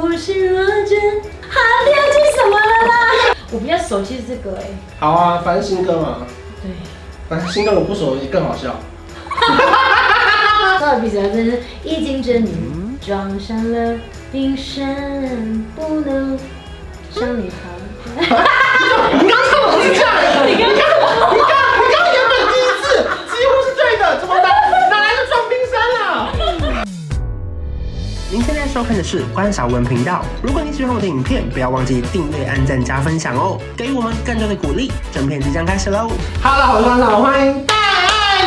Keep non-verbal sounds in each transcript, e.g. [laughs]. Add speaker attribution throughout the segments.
Speaker 1: 不是我真。好，第二句什么了啦？我比较熟悉这个哎、
Speaker 2: 好啊，反正新歌嘛，
Speaker 1: 对。
Speaker 2: 反正新歌我不熟也更好笑。
Speaker 1: 到了鼻子还真是一见狰狞，撞上了冰山不能伤你好。
Speaker 2: 你刚说我是这样，你刚刚我，你刚你刚原本第一次几乎是对的，怎么哪哪来的撞冰山啊？您现在收看的是关少文频道。如果你喜欢我的影片，不要忘记订阅、按赞、加分享哦，给予我们更多的鼓励。整片即将开始喽！Hello，我是关少，欢迎大爱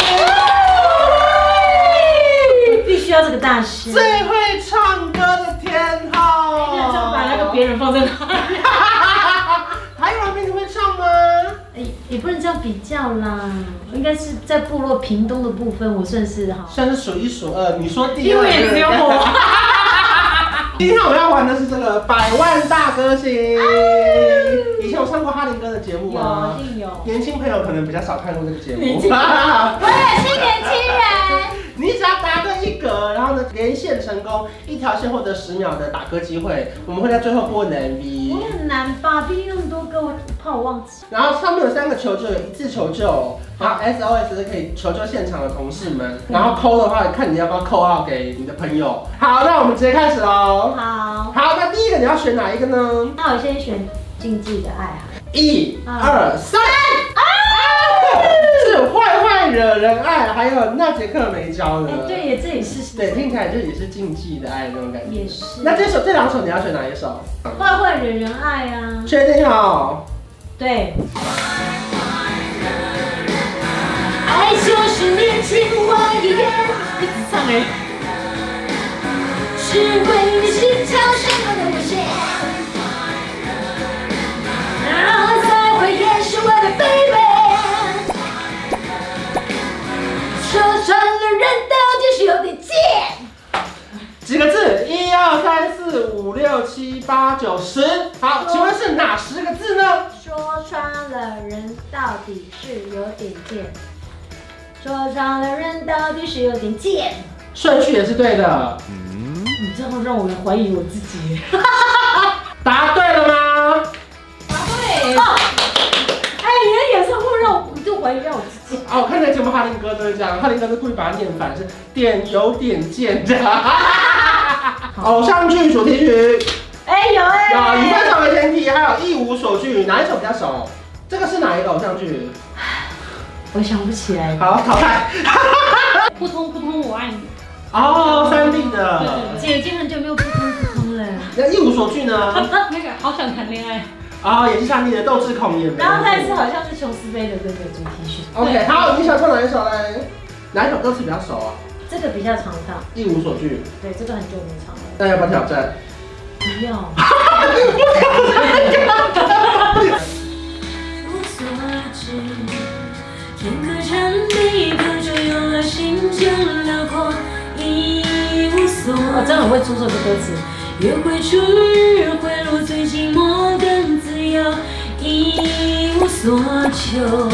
Speaker 1: 必须要这个大师。
Speaker 2: 最会唱歌的天后。
Speaker 1: 就把那个别人放在哪？
Speaker 2: 啊还有人比你会唱吗？
Speaker 1: [laughs] 哎也不能这样比较啦，应该是在部落屏东的部分，我算是哈。
Speaker 2: 算是数一数二。你说第二，
Speaker 1: 因为也只有我。
Speaker 2: 今天我们要玩的是这个百万大歌星。以前有上过哈林哥的节目吗？
Speaker 1: [laughs] 有一 [laughs] 定有
Speaker 2: 年轻朋友可能比较少看过这个节目。
Speaker 1: 年轻
Speaker 3: 我也是年轻人，
Speaker 2: [laughs] 你只要答对一格，然后呢连线成功，一条线获得十秒的打歌机会。我们会在最后播你的 MV。
Speaker 1: 我很难吧？毕竟那么多歌，我怕我忘记。
Speaker 2: 然后上面有三个求救，一次求救，然后 SOS 是可以求救现场的同事们，然后扣的话，看你要不要扣号给你的朋友。好，那我们直接开始喽。
Speaker 1: 好，
Speaker 2: 好，那第一个你要选哪一个呢？
Speaker 1: 那我先选禁忌的爱好了。
Speaker 2: 一、
Speaker 1: 嗯
Speaker 2: 二、三。啊！是坏坏惹人爱，还有那节课没教
Speaker 1: 哎、
Speaker 2: 的。
Speaker 1: 对耶，这也是
Speaker 2: 呃对，听起来就也是禁忌的爱那种感觉。
Speaker 1: 也是
Speaker 2: 那这首这两首你要选哪一首？
Speaker 1: 坏坏惹人爱啊。
Speaker 2: 确定好。
Speaker 1: 对，
Speaker 3: 爱哎就是你情我愿，
Speaker 1: 一直唱哎。
Speaker 3: 是为你心跳什么都不限，然后才会也是我的 baby。说穿了，人到底是有点贱。
Speaker 2: 几个字？一二三四五六七八九十。好，请问是哪十个字呢？
Speaker 1: 说穿了，人到底是有点贱。说穿了，人到底是有点贱。
Speaker 2: 顺序也是对的。
Speaker 1: 你这样让我怀疑我自己。
Speaker 2: 答对了吗？
Speaker 1: 对。 [laughs] 哎，你的眼神会不会让我，我就怀疑让我自己。
Speaker 2: 哦，我看那节目哈林哥都是这样，哈林哥是故意把它念反，是点有点贱
Speaker 1: [laughs]
Speaker 2: 的。 [laughs] 偶像剧主题曲有
Speaker 1: 哎，有哎。
Speaker 2: 啊以分手为前提，还有一无所惧，哪一首比较熟？这个是哪一个偶像剧？
Speaker 1: 我想不起来。
Speaker 2: 好，淘汰。 [laughs]
Speaker 4: 扑通扑通，我爱你。
Speaker 2: 哦，三 D
Speaker 4: 对
Speaker 2: 的
Speaker 4: 对。
Speaker 1: 姐已经很久没有扑通扑通了。
Speaker 2: 那一无所惧呢？
Speaker 4: 对，那个好想谈恋爱。
Speaker 2: 啊、也是三 D 的，斗志孔也没。
Speaker 1: 然后它也是好像是琼斯杯的这个主题曲，
Speaker 2: OK，好，你想唱哪一首嘞？哪一首歌词比较熟啊？
Speaker 1: 这个比较常唱，
Speaker 2: 一无所惧，
Speaker 1: 对，这个很久没唱了。
Speaker 2: 那要不要挑战？
Speaker 1: 不 [laughs] 要。
Speaker 3: 无所知，天可长，地可久，有了心就辽阔，一无所
Speaker 1: 我哦真的很会出这个歌词。
Speaker 3: 约会初日回路最寂寞更自由，一无所求。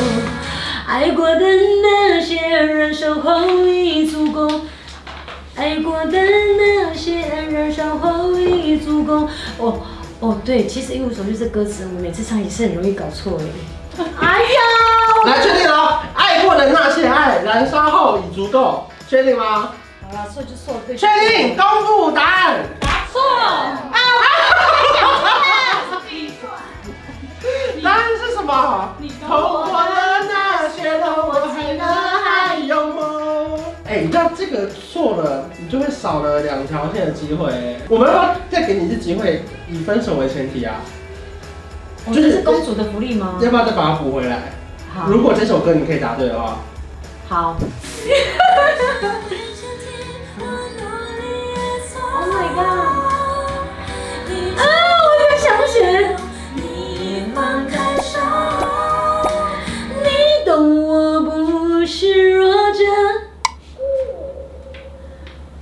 Speaker 3: 爱过的那些人守候已足够，爱过的那些人守候已足够。
Speaker 1: 哦哦，对，其实《一无所惧》这歌词，我每次唱也是很容易搞错哎。哎呀，
Speaker 2: 来，确定哦。爱过的那些爱，燃烧后已足够，确定吗？
Speaker 1: 好了，错就错，对。
Speaker 2: 确定，。公布答案。
Speaker 4: 错。
Speaker 1: 啊
Speaker 2: 答案是什么
Speaker 4: 你？懂
Speaker 2: 透过了那些人，我还能还有梦。哎，你知道这个错了，你就会少了两条线的机会。我们要不要再给你一次机会，以分手为前提啊？
Speaker 1: 我这是公主的福利吗？
Speaker 2: 要不要再把它补回来？
Speaker 1: 好，
Speaker 2: 如果这首歌你可以答对的话， [laughs]
Speaker 1: 好。
Speaker 3: Oh
Speaker 1: Oh my god！
Speaker 3: god！
Speaker 1: 啊，我有点想不起来。
Speaker 3: 你放开手，你
Speaker 1: 懂我不是弱者，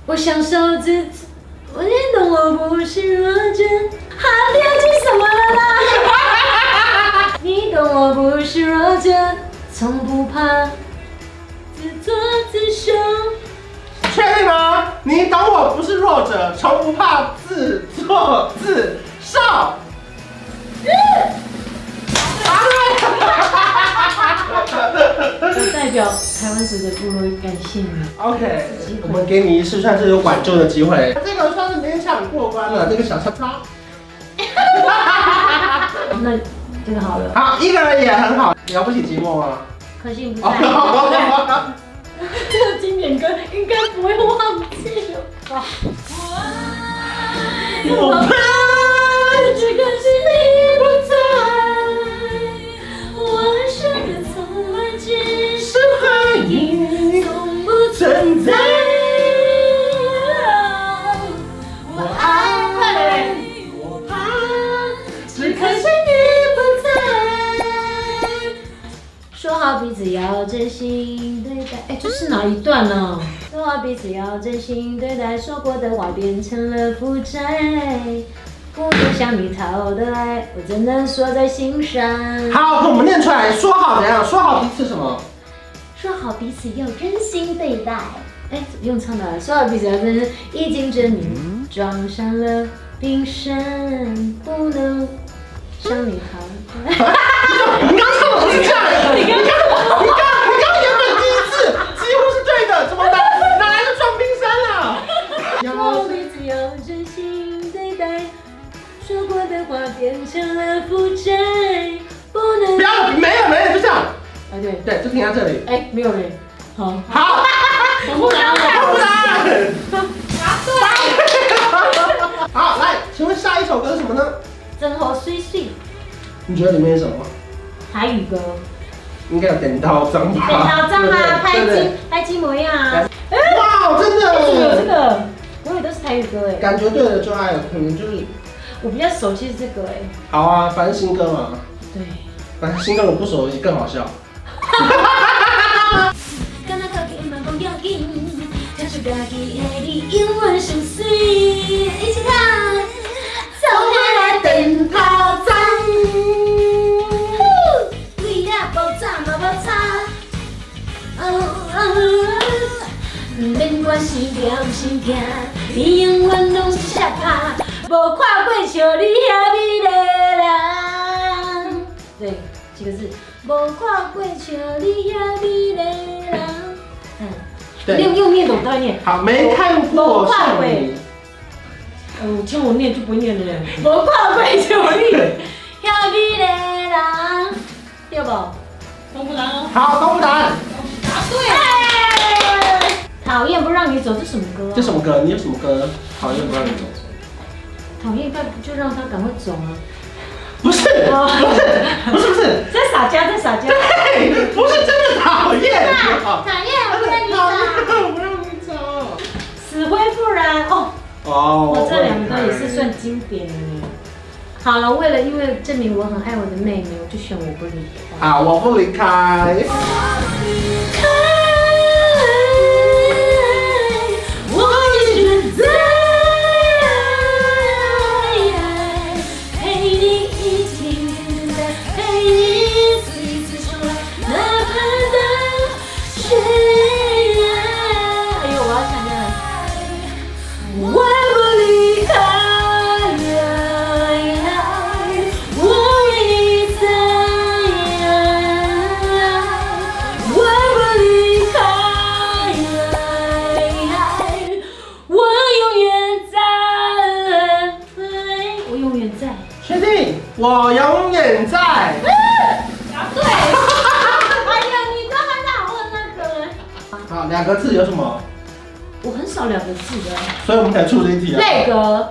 Speaker 1: 我享受自己。我你懂我不是弱者。好，第二句什么了啦？你懂我不是弱者，从不怕，自作自受。
Speaker 2: 确定吗？你懂我不是弱者，从不怕自自错字 [laughs] 少。
Speaker 1: 代表台湾所有的部落感谢你。
Speaker 2: OK，我们给你一次算是有挽救的机会。这个算是勉强过关了，这个小叉叉。
Speaker 1: 那这个好了，
Speaker 2: 好，一个人也很好，了不起寂寞啊吗？
Speaker 1: 可惜你不在。
Speaker 2: 哦
Speaker 1: 这个经典歌应该不会忘记了吧？
Speaker 2: [laughs] 我怕
Speaker 1: 只可惜你不在，我是个从来只
Speaker 2: 是怀疑
Speaker 1: 从不
Speaker 2: 存在。
Speaker 1: 我爱，我怕，只可惜你不在。说好彼此要真心对待，哎，这是哪一段呢、说好彼此要真心对待，哎说过的话变成了负债。不能向你讨的爱，我只能说在心上。
Speaker 2: 好，跟我们念出来，说好怎样？说好彼此什么？
Speaker 1: 说好彼此要真心对待。哎，怎么用唱的啊？说好彼此要真心，一经证明撞上了冰山，不能伤你好。
Speaker 2: 你刚唱的不是这样，你刚刚你刚你刚原本第一次几乎是对的，怎么哪哪来的撞冰山啊？ [laughs]
Speaker 1: 说好彼此要真心对待，说过的话变成了负债，不能
Speaker 2: 不。要，没有没有，就这样，
Speaker 1: 啊对，
Speaker 2: 对，就停在这里。
Speaker 1: 哎没有嘞，好，
Speaker 2: 好，
Speaker 4: 我不拿了。
Speaker 2: 不然，答对。好，来，请问下一首歌是什么呢？
Speaker 1: 真好碎碎，
Speaker 2: 你觉得里面是什么？
Speaker 1: 台语歌，
Speaker 2: 应该有剪刀张吧？
Speaker 1: 等到张啊，拍
Speaker 2: 对不对
Speaker 1: 金拍金模样啊，
Speaker 2: 哇，真
Speaker 1: 有这
Speaker 2: 的，
Speaker 1: 个，我以为都是台语歌哎。
Speaker 2: 感觉对了就爱了，可能就是
Speaker 1: 我比较熟悉这个哎、
Speaker 2: 好啊，反正新歌嘛，
Speaker 1: 对，
Speaker 2: 反正新歌我不熟悉更好笑。
Speaker 3: 敢若家己的嘛无要紧，唱出家己的你永远上水。一起唱，走下来电炮站，你啊无炸嘛无差。毋免管生惊毋生惊，你永远拢是傻拍，无看过像你遐美丽的人。
Speaker 1: 对，几个字，
Speaker 3: 无看过像你遐美丽的人。
Speaker 1: 嗯，
Speaker 2: 对
Speaker 1: 用，用念懂都会念，
Speaker 2: 好，没看过少女，
Speaker 1: 呃，我听我念就不会念的人，
Speaker 3: 无看过像你
Speaker 2: 对，
Speaker 3: 遐美丽的人。
Speaker 1: 对不？
Speaker 4: 我不拿了。
Speaker 2: 好，公布答案。
Speaker 4: 答对
Speaker 1: 哎讨厌不让你走，这什么歌、啊？
Speaker 2: 这什么歌？你有什么歌讨厌不让你走？
Speaker 1: 讨厌，快就让他赶快走啊！
Speaker 2: 不是，
Speaker 1: 哦
Speaker 2: 不是，不是，
Speaker 1: 在撒娇，在撒娇，
Speaker 2: [laughs] 嘿，不是真的讨
Speaker 1: [laughs]
Speaker 2: 厌。
Speaker 1: 啊
Speaker 2: 好
Speaker 3: 讨厌，我跟你
Speaker 2: 讨
Speaker 3: 讲，
Speaker 2: 厌不让你走。
Speaker 1: 死灰复燃哦。
Speaker 2: 哦，
Speaker 1: 我这两个也是算经典的呢。好了，为了因为证明我很爱我的妹妹，我就选我不离开。
Speaker 2: 啊，我不离开。
Speaker 3: 我一直在陪你一起等待，陪你一次一次重来，哪怕到悬
Speaker 1: 哎
Speaker 3: 崖。
Speaker 1: 呦，我要想念了。
Speaker 3: 我不离开，我一直在，我不离
Speaker 1: 哎
Speaker 3: 开，我永远在，
Speaker 1: 我永远在。
Speaker 2: 确定，我永远在。
Speaker 3: 对，哎呀，你都很好问那个了。
Speaker 2: 好，啊两个字有什么？
Speaker 1: 我很少两个字的，
Speaker 2: 所以我们才出这一题啊。
Speaker 1: 内阁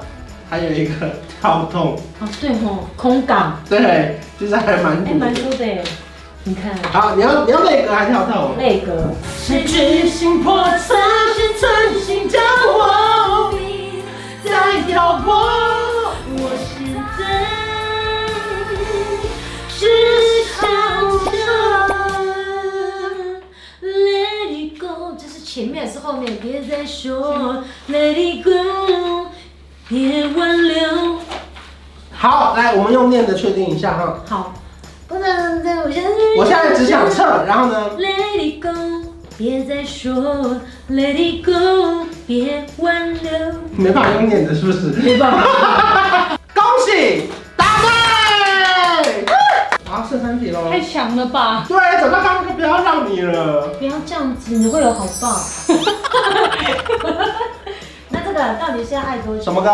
Speaker 2: 还有一个跳动，
Speaker 1: 哦，对吼，空港，
Speaker 2: 对，其实还蛮
Speaker 1: 哎、
Speaker 2: 古
Speaker 1: 蛮
Speaker 2: 的。
Speaker 1: 多的耶。你看，
Speaker 2: 好，你要你要那个还跳动？
Speaker 1: 内阁。
Speaker 2: 是真心破产，是真心将我在挑拨。
Speaker 3: 我是在只想着 Let it go，
Speaker 1: 这是前面还是后面？别再说，Let it go，别挽留。
Speaker 2: 好，来，我们用念的确定一下哈。
Speaker 1: 好
Speaker 3: 不能再我现在
Speaker 2: 我现在只想唱，然后呢？
Speaker 1: ，Let it go，别再说，Let it go，别挽留。
Speaker 2: 没办法用念的，是不是？
Speaker 1: 没办法，
Speaker 2: 喜答对！啊，剩三题喽。
Speaker 4: 太强了吧！
Speaker 2: 对，找到刚刚就不要让你了。
Speaker 1: 不要这样子，你会有红包。 [laughs] 那这个到底是要爱多久？
Speaker 2: 什么歌？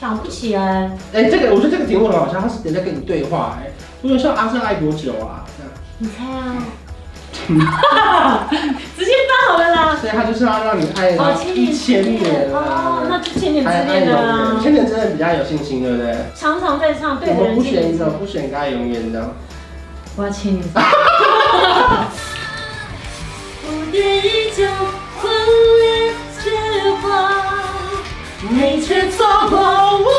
Speaker 1: 想不起来。
Speaker 2: 哎、这个我觉得这个题目很好笑，他是人在跟你对话、哎，我有像阿胜爱多久啊？这样
Speaker 1: 你猜啊？ [laughs]
Speaker 4: 直接发好了啦！
Speaker 2: 所以他就是要让你爱
Speaker 1: 哦
Speaker 2: 到一千年啊
Speaker 1: 哦，那就千年
Speaker 2: 还
Speaker 1: 之恋
Speaker 2: 爱永
Speaker 1: 的
Speaker 2: 远，
Speaker 1: 啦
Speaker 2: 一。千年真的比较有信心，对不对？
Speaker 1: 常常在唱，对
Speaker 2: 我
Speaker 1: 的人
Speaker 2: 们不选一
Speaker 1: 见
Speaker 2: 个，不选一个爱永远的。
Speaker 1: 我要千年之恋。
Speaker 3: 蝴蝶依旧婚恋之花。
Speaker 2: 你却错过我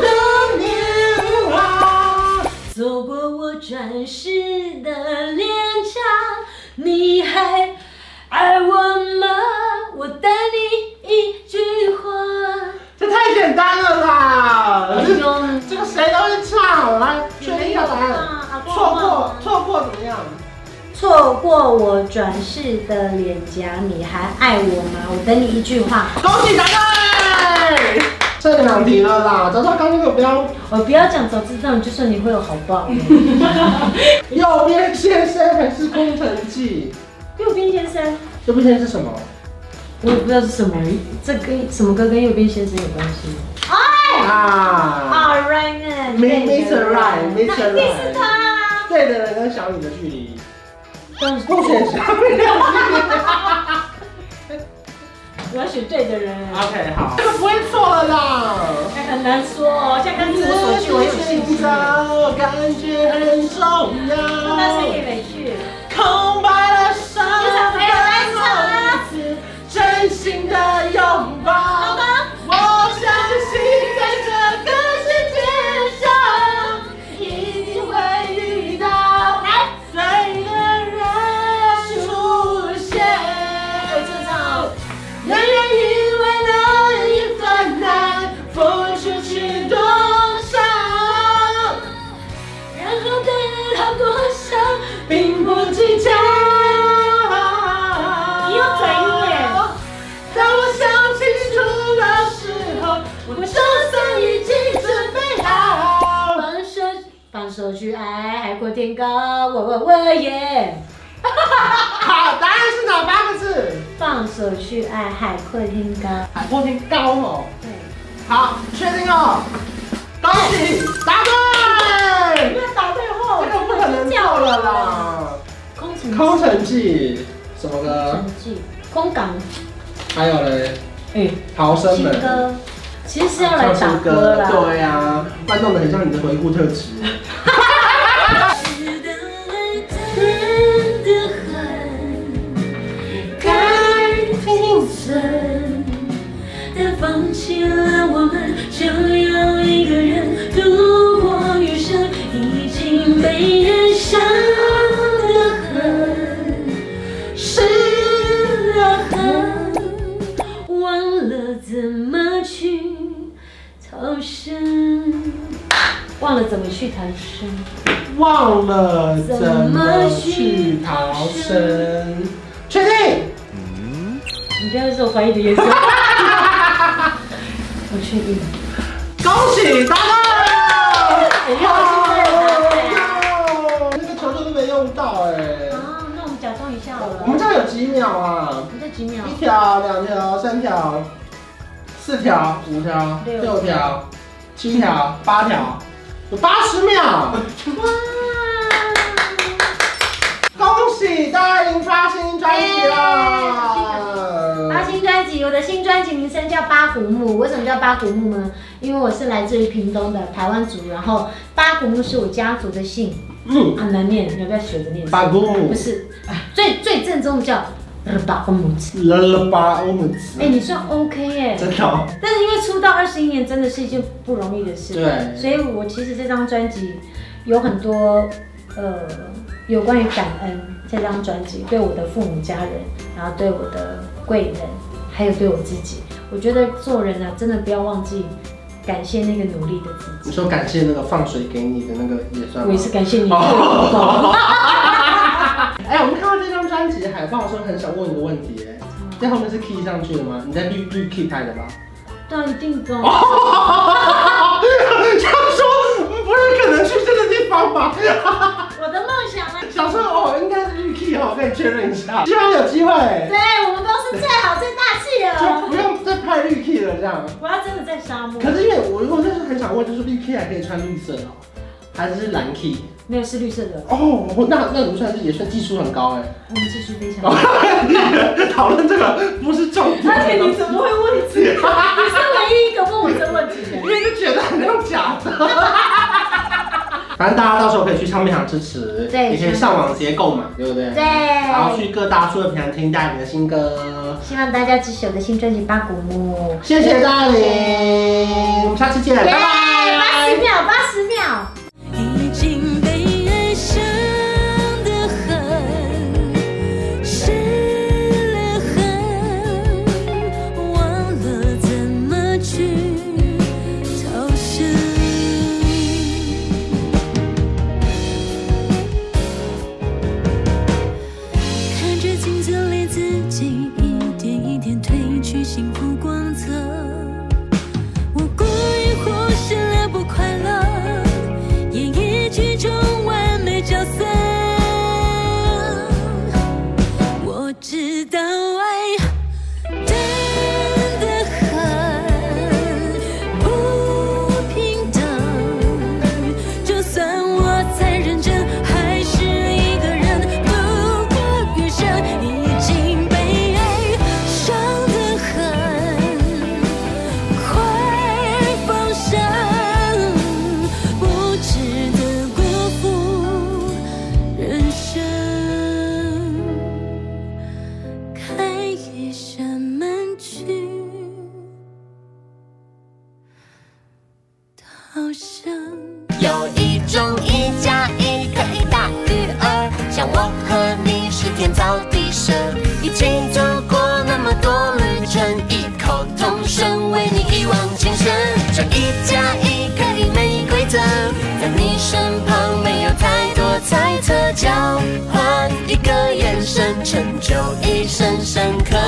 Speaker 2: 的年华。
Speaker 3: 走过我转世的脸颊，你还爱我吗？我等你一句话。
Speaker 2: 这太简单了啦！
Speaker 1: 哎呦
Speaker 2: 这个谁都会唱，来，确定一下答
Speaker 1: 有
Speaker 2: 案。
Speaker 1: 啊
Speaker 2: 错过，错过怎么样？
Speaker 1: 错过我转世的脸颊，你还爱我吗？我等你一句话，
Speaker 2: 恭喜答对！剩两题了啦，找到刚刚那个不要。
Speaker 1: 我不要讲早知道，你就说你会有好报。
Speaker 2: 右边先生还是工藤记？
Speaker 1: 右边先生，
Speaker 2: 右边先生是什么？
Speaker 1: 我也不知道是什么，这跟什么歌跟右边先生有关系哎
Speaker 2: 啊
Speaker 1: ？All right man，
Speaker 2: ，Mr. Right，Mr.
Speaker 1: 那一定是
Speaker 2: Right，
Speaker 1: 他。
Speaker 2: 对的人跟小雨的距离，
Speaker 1: 但是
Speaker 2: 不选小雨
Speaker 1: [laughs]
Speaker 2: 的距离。
Speaker 1: 我要选对的人，
Speaker 2: OK，好，这个不会错了啦。
Speaker 1: 哎，很难说哦。这样看你我所据，我有信心。
Speaker 2: 找感觉很重
Speaker 1: 那谁也
Speaker 2: 要。
Speaker 1: 没去。
Speaker 2: 空白的手，
Speaker 1: 没有来唱啊
Speaker 2: 真心的拥抱。我相信在这个世界上，一定会遇到对的人出现。男人因为那一份爱，付出去多少，
Speaker 3: 然后对了他多少？
Speaker 2: 并不计较。
Speaker 1: 你有嘴硬耶
Speaker 2: 当我想清楚的时候，我就算已经准备好。
Speaker 1: 放手，放手去爱，海阔天高，我我我耶！
Speaker 2: 好，答案是哪八个字？
Speaker 1: 放手去爱，海阔天高。
Speaker 2: 海阔天高哦。
Speaker 1: 对，
Speaker 2: 好，确定哦。恭喜答对！
Speaker 1: 因为答对后
Speaker 2: 这个不可能掉了。啦。
Speaker 1: 空城
Speaker 2: 空城计什么歌？
Speaker 1: 城记，空港，
Speaker 2: 还有嘞，
Speaker 1: 哎，
Speaker 2: 逃生
Speaker 1: 新
Speaker 2: 门。
Speaker 1: 歌，其实是要来
Speaker 2: 唱
Speaker 1: 打
Speaker 2: 新
Speaker 1: 歌啦。
Speaker 2: 对呀、啊，搬弄得很像你的回顾特辑。
Speaker 3: 是的爱真的很该停损，但放弃了我们，就要一个人度过余生，已经被人伤得很。失了痕，忘了怎么去逃生，
Speaker 1: 忘了怎么去谈生。
Speaker 2: 忘了怎么去逃生，确定？
Speaker 1: 你不要是我怀疑的眼神。我确定。
Speaker 2: 恭喜答对！
Speaker 1: 哎呀，
Speaker 2: 哇那个球球都没用到哎、
Speaker 1: 啊，那我们假装一下好了。
Speaker 2: 我们这样有几秒啊？
Speaker 1: 你这几秒？
Speaker 2: 一条、两条、三条、四条、五条、
Speaker 1: 六
Speaker 2: 六条、七条、八条，有八十秒。恭喜大家已经刷新专辑了！
Speaker 1: 啊，新专辑，我的新专辑名称叫八古墓。为什么叫八古墓呢？因为我是来自于屏东的台湾族，然后八古墓是我家族的姓，
Speaker 2: 嗯，
Speaker 1: 很难念，你要不要学着念？
Speaker 2: 八公
Speaker 1: 不
Speaker 2: 母，
Speaker 1: 是，啊最最正宗的叫八古墓。
Speaker 2: 了了八欧姆
Speaker 1: 哎、
Speaker 2: 子，
Speaker 1: 你算 OK 耶、
Speaker 2: 真的哦，
Speaker 1: 但是因为出道二十一年，真的是一件不容易的事。
Speaker 2: 对
Speaker 1: 所以我其实这张专辑有很多呃有关于感恩这张专辑对我的父母家人，然后对我的贵人，还有对我自己。我觉得做人啊，真的不要忘记感谢那个努力的自己。
Speaker 2: 你说感谢那个放水给你的那个也算
Speaker 1: 我
Speaker 2: 吗
Speaker 1: 也？是感谢你。
Speaker 2: 哎，我们看到这张专辑海报的时候，很想问一个问题，哎，在后面是 key 上去的吗？你在 [laughs] 绿绿 key 拍的吧？
Speaker 1: 对啊，一定的。
Speaker 2: 他说
Speaker 1: 啊
Speaker 2: 哦对，啊
Speaker 1: 对我们公司最好最大气了。
Speaker 2: 就不用再拍绿 K 了这样。
Speaker 4: 我要真的在沙
Speaker 2: [laughs]
Speaker 4: 漠
Speaker 2: 可，是因为我我就是很想问，就是绿 K 还可以穿绿色哦，还是蓝 K？
Speaker 4: 没有是绿色的，
Speaker 2: 哦，那那你算是也算技术很高哎。
Speaker 1: 嗯
Speaker 4: 我们技术非常。
Speaker 2: 哦讨论这个不是重点，
Speaker 4: 而且你怎么会问这个？你是唯一一个问我这问题的。
Speaker 2: 因为就觉得很像假的。反正大家到时候可以去唱片行支持，
Speaker 1: 对
Speaker 2: 也可以上网直接购买，对不对？
Speaker 1: 对，
Speaker 2: 然后去各大数位平台听大你的新歌。
Speaker 1: 希望大家支持我的新专辑《八股木》。
Speaker 2: 谢谢大林，我们下期见，拜
Speaker 1: 耶，八
Speaker 2: 拜
Speaker 1: 十。秒，八十秒。
Speaker 3: 已经被爱伤得很失了痕，忘了怎么去逃生。看着镜子里自己一点一点褪去幸福光泽，我故意忽视了不快乐。演绎剧中完美角色。我知道爱真的很不平等，就算我再认真，还是一个人度过余生，已经被爱伤得很。快放手，不值得辜负人生。开一扇门去逃生。
Speaker 5: 有一种一加一可以大于二，像我和你是天造地设，一起走过那么多旅程，异口同声为你一往情深。这一加一可以没规则，在你身旁没有太多猜测，交换一个眼神，成就一生深刻。